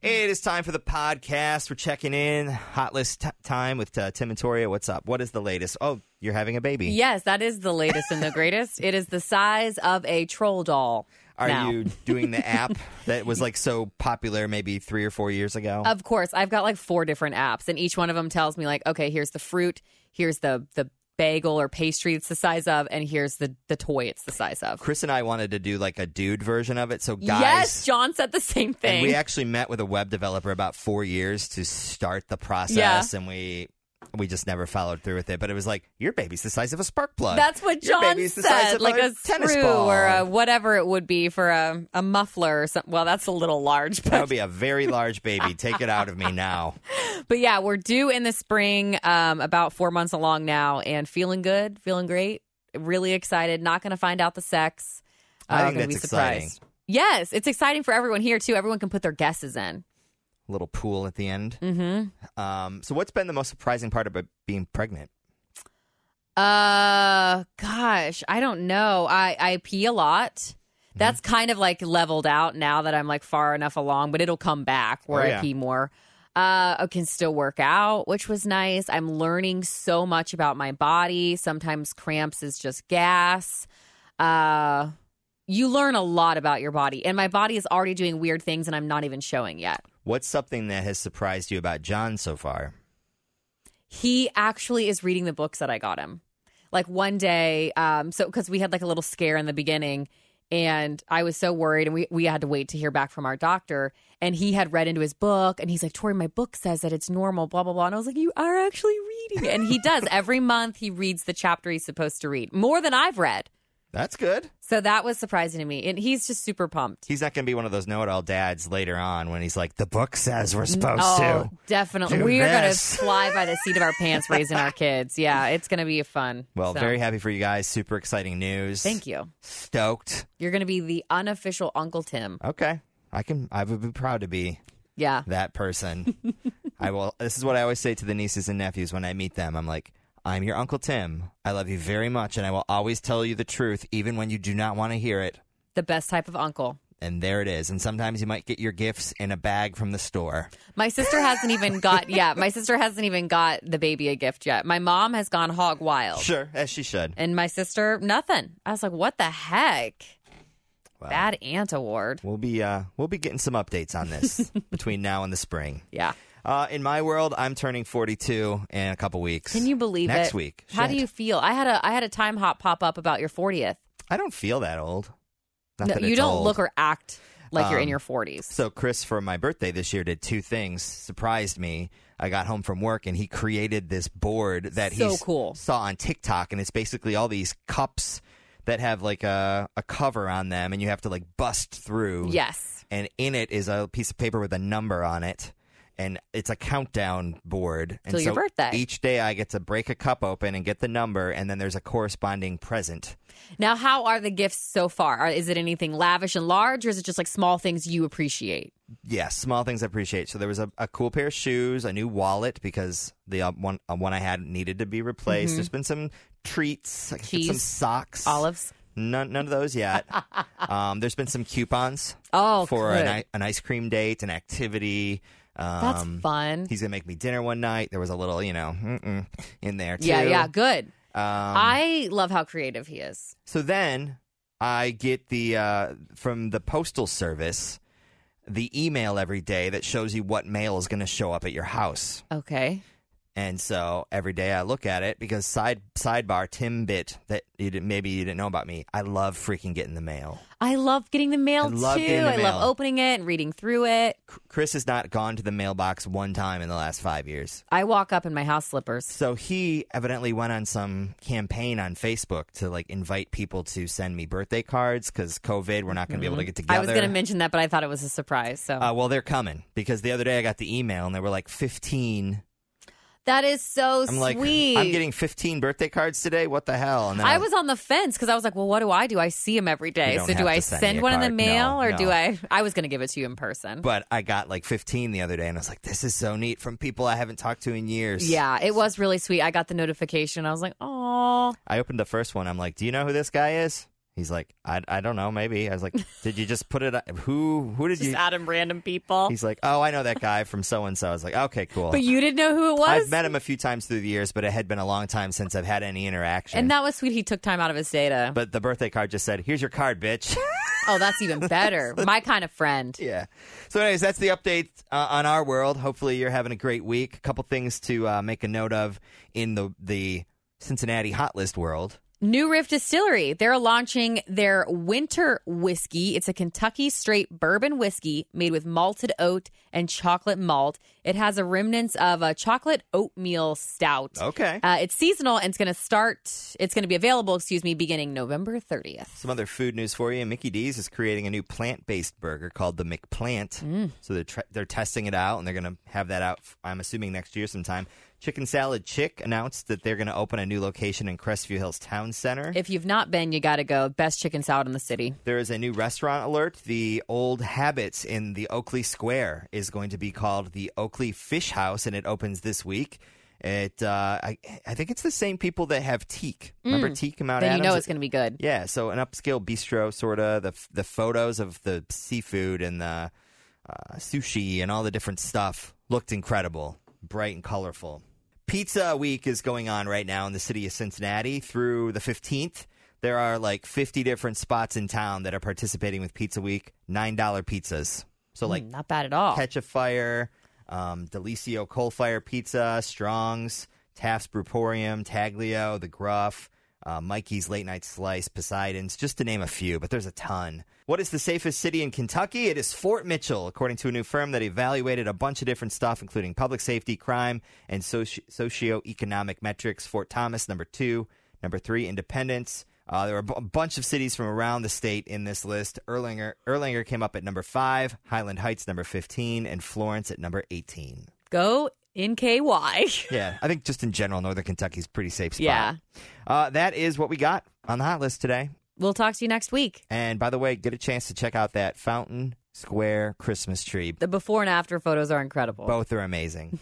It is time for the podcast. We're checking in. Hot list t- time with uh, Tim and Toria. What's up? What is the latest? Oh, you're having a baby. Yes, that is the latest and the greatest. It is the size of a troll doll. Are now. you doing the app that was like so popular maybe three or four years ago? Of course, I've got like four different apps, and each one of them tells me like, okay, here's the fruit, here's the the bagel or pastry it's the size of, and here's the the toy it's the size of. Chris and I wanted to do like a dude version of it. So guys, Yes, John said the same and thing. we actually met with a web developer about four years to start the process, and we we just never followed through with it. But it was like your baby's the size of a spark plug. That's what Your John baby's the size said, of like a a, tennis screw ball. or a whatever it would be for a, a muffler or something. Well, that's a little large, That but would be a very large baby. Take it out of me now. but yeah, we're due in the spring, um, about four months along now, and feeling good, feeling great, really excited. Not going to find out the sex. Uh, I think gonna that's be surprised. exciting. Yes, it's exciting for everyone here too. Everyone can put their guesses in. Little pool at the end. Mm-hmm. Um, so, what's been the most surprising part about being pregnant? Uh, gosh, I don't know. I I pee a lot. Mm-hmm. That's kind of like leveled out now that I'm like far enough along, but it'll come back where Oh, yeah. I pee more. Uh, I can still work out, which was nice. I'm learning so much about my body. Sometimes cramps is just gas. Uh, you learn a lot about your body, and my body is already doing weird things, and I'm not even showing yet. What's something that has surprised you about John so far? he actually is reading the books that I got him. Like one day, um, so because we had like a little scare in the beginning, and I was so worried, and we we had to wait to hear back from our doctor, and he had read into his book, and he's like, "Tori, my book says that it's normal, blah blah blah," and I was like, "You are actually reading," it." and he does every month. He reads the chapter he's supposed to read more than I've read, That's good. so that was surprising to me, and he's just super pumped. He's not going to be one of those know-it-all dads later on when he's like, "The book says we're supposed Oh, to." definitely. do We're going to this. fly by the seat of our pants raising our kids. Yeah, it's going to be fun. Well, So, very happy for you guys. Super exciting news. Thank you. Stoked. You're going to be the unofficial Uncle Tim. Okay, I can. I would be proud to be Yeah. that person. I will. This is what I always say to the nieces and nephews when I meet them. I'm like, I'm your Uncle Tim. I love you very much, and I will always tell you the truth, even when you do not want to hear it. The best type of uncle. And there it is. And sometimes you might get your gifts in a bag from the store. My sister hasn't even got, yeah, my sister hasn't even got the baby a gift yet. My mom has gone hog wild. Sure, as she should. And my sister, nothing. I was like, what the heck? Bad aunt award. We'll be uh, we'll be getting some updates on this between now and the spring. Yeah. Uh, in my world, I'm turning 42 in a couple weeks. Can you believe it? Next week. How do Shit. you feel? I had a I had a time hop pop up about your 40th. I don't feel that old. Not No, that you it's don't old. look or act like you're in Um, your 40s. So Chris, for my birthday this year, did two things. Surprised me. I got home from work and he created this board that he So s- cool. saw on TikTok, and it's basically all these cups that have like a, a cover on them, and you have to like bust through. Yes. And in it is a piece of paper with a number on it. And it's a countdown board. And Till your so birthday. Each day I get to break a cup open and get the number, and then there's a corresponding present. Now, how are the gifts so far? Are, is it anything lavish and large, or is it just like small things you appreciate? Yes, small things I appreciate. So there was a, a cool pair of shoes, a new wallet because the uh, one uh, one I had needed to be replaced. There's been some treats, I got some Mm-hmm. Cheese. socks, Olives. None, none of those yet. um, there's been some coupons. Oh, for an, good. i- an ice cream date, an activity. Um, That's fun. He's gonna make me dinner one night. There was a little, you know, mm-mm in there too. Yeah, yeah, good. Um, I love how creative he is. So then I get the uh, from the postal service the email every day that shows you what mail is going to show up at your house. Okay. And so every day I look at it because side sidebar Tim bit that you didn't, maybe you didn't know about me. I love freaking getting the mail. I love getting the mail I love too. getting the I love mail. opening it and reading through it. C- Chris has not gone to the mailbox one time in the last 5 years. I walk up in my house slippers. So he evidently went on some campaign on Facebook to like invite people to send me birthday cards cuz COVID we're not going to be able to get together. Mm-hmm. I was going to mention that, but I thought it was a surprise. So Uh, well, they're coming because the other day I got the email and there were like 15. that is so I'm like, sweet. I'm getting 15 birthday cards today. What the hell? And then I was on the fence because I was like, well, what do I do? I see him every day. don't So have do I to send send, me a one in card. the mail No, or no. do I? I was going to give it to you in person. but I got like 15 the other day and I was like, this is so neat from people I haven't talked to in years. yeah, it was really sweet. I got the notification. I was like, oh, I opened the first one. I'm like, do you know who this guy is? He's like, I, I don't know, maybe. I was like, did you just put it? on- Who who did Just you? add him random people. He's like, oh, I know that guy from so and so. I was like, okay, cool. But you didn't know who it was? I've met him a few times through the years, but it had been a long time since I've had any interaction. and that was sweet. He took time out of his day to. but the birthday card just said, here's your card, bitch. oh, that's even better. My kind of friend. yeah. So, anyways, that's the update uh, on our world. Hopefully, you're having a great week. A couple things to uh, make a note of in the the Cincinnati Hot List world. New Rift Distillery. They're launching their winter whiskey. It's a Kentucky straight bourbon whiskey made with malted oat and chocolate malt. It has a remnants of a chocolate oatmeal stout. Okay. Uh, it's seasonal and it's going to start, it's going to be available, excuse me, beginning November 30th. Some other food news for you. Mickey D's is creating a new plant-based burger called the McPlant. Mm. So they're tr they're testing it out, and they're going to have that out. I'm assuming next year sometime. Chicken Salad Chick announced that they're going to open a new location in Crestview Hills Town Center. If you've not been, you got to go. Best chicken salad in the city. there is a new restaurant alert. The old Habits in the Oakley Square is going to be called the Oakley Fish House, and it opens this week. It uh, I, I think it's the same people that have Teak. Remember Teak Mount Mm. Then you Adams? know it's going to be good. Yeah, so an upscale bistro, sort of the the photos of the seafood and the uh, sushi and all the different stuff looked incredible, bright and colorful. Pizza Week is going on right now in the city of Cincinnati through the fifteenth. There are like fifty different spots in town that are participating with Pizza Week. Nine dollar pizzas, so like Mm, not bad at all. Catch a Fire, um, Delicio Coal Fire Pizza, Strong's, Taft's Brewporium, Taglio, The Gruff, uh, Mikey's Late Night Slice, Poseidon's, just to name a few, but there's a ton. What is the safest city in Kentucky? It is Fort Mitchell, according to a new firm that evaluated a bunch of different stuff, including public safety, crime, and soci- socioeconomic metrics. Fort Thomas, number two. Number three, Independence. Uh, there were a bu- bunch of cities from around the state in this list. Erlanger, Erlanger came up at number five, Highland Heights number fifteen, and Florence at number eighteen. Go in KY. Yeah, I think just in general, Northern Kentucky's a pretty safe spot. Yeah. uh, that is what we got on the hot list today. we'll talk to you next week. And by the way, get a chance to check out that Fountain Square Christmas tree. The before and after photos are incredible. Both are amazing.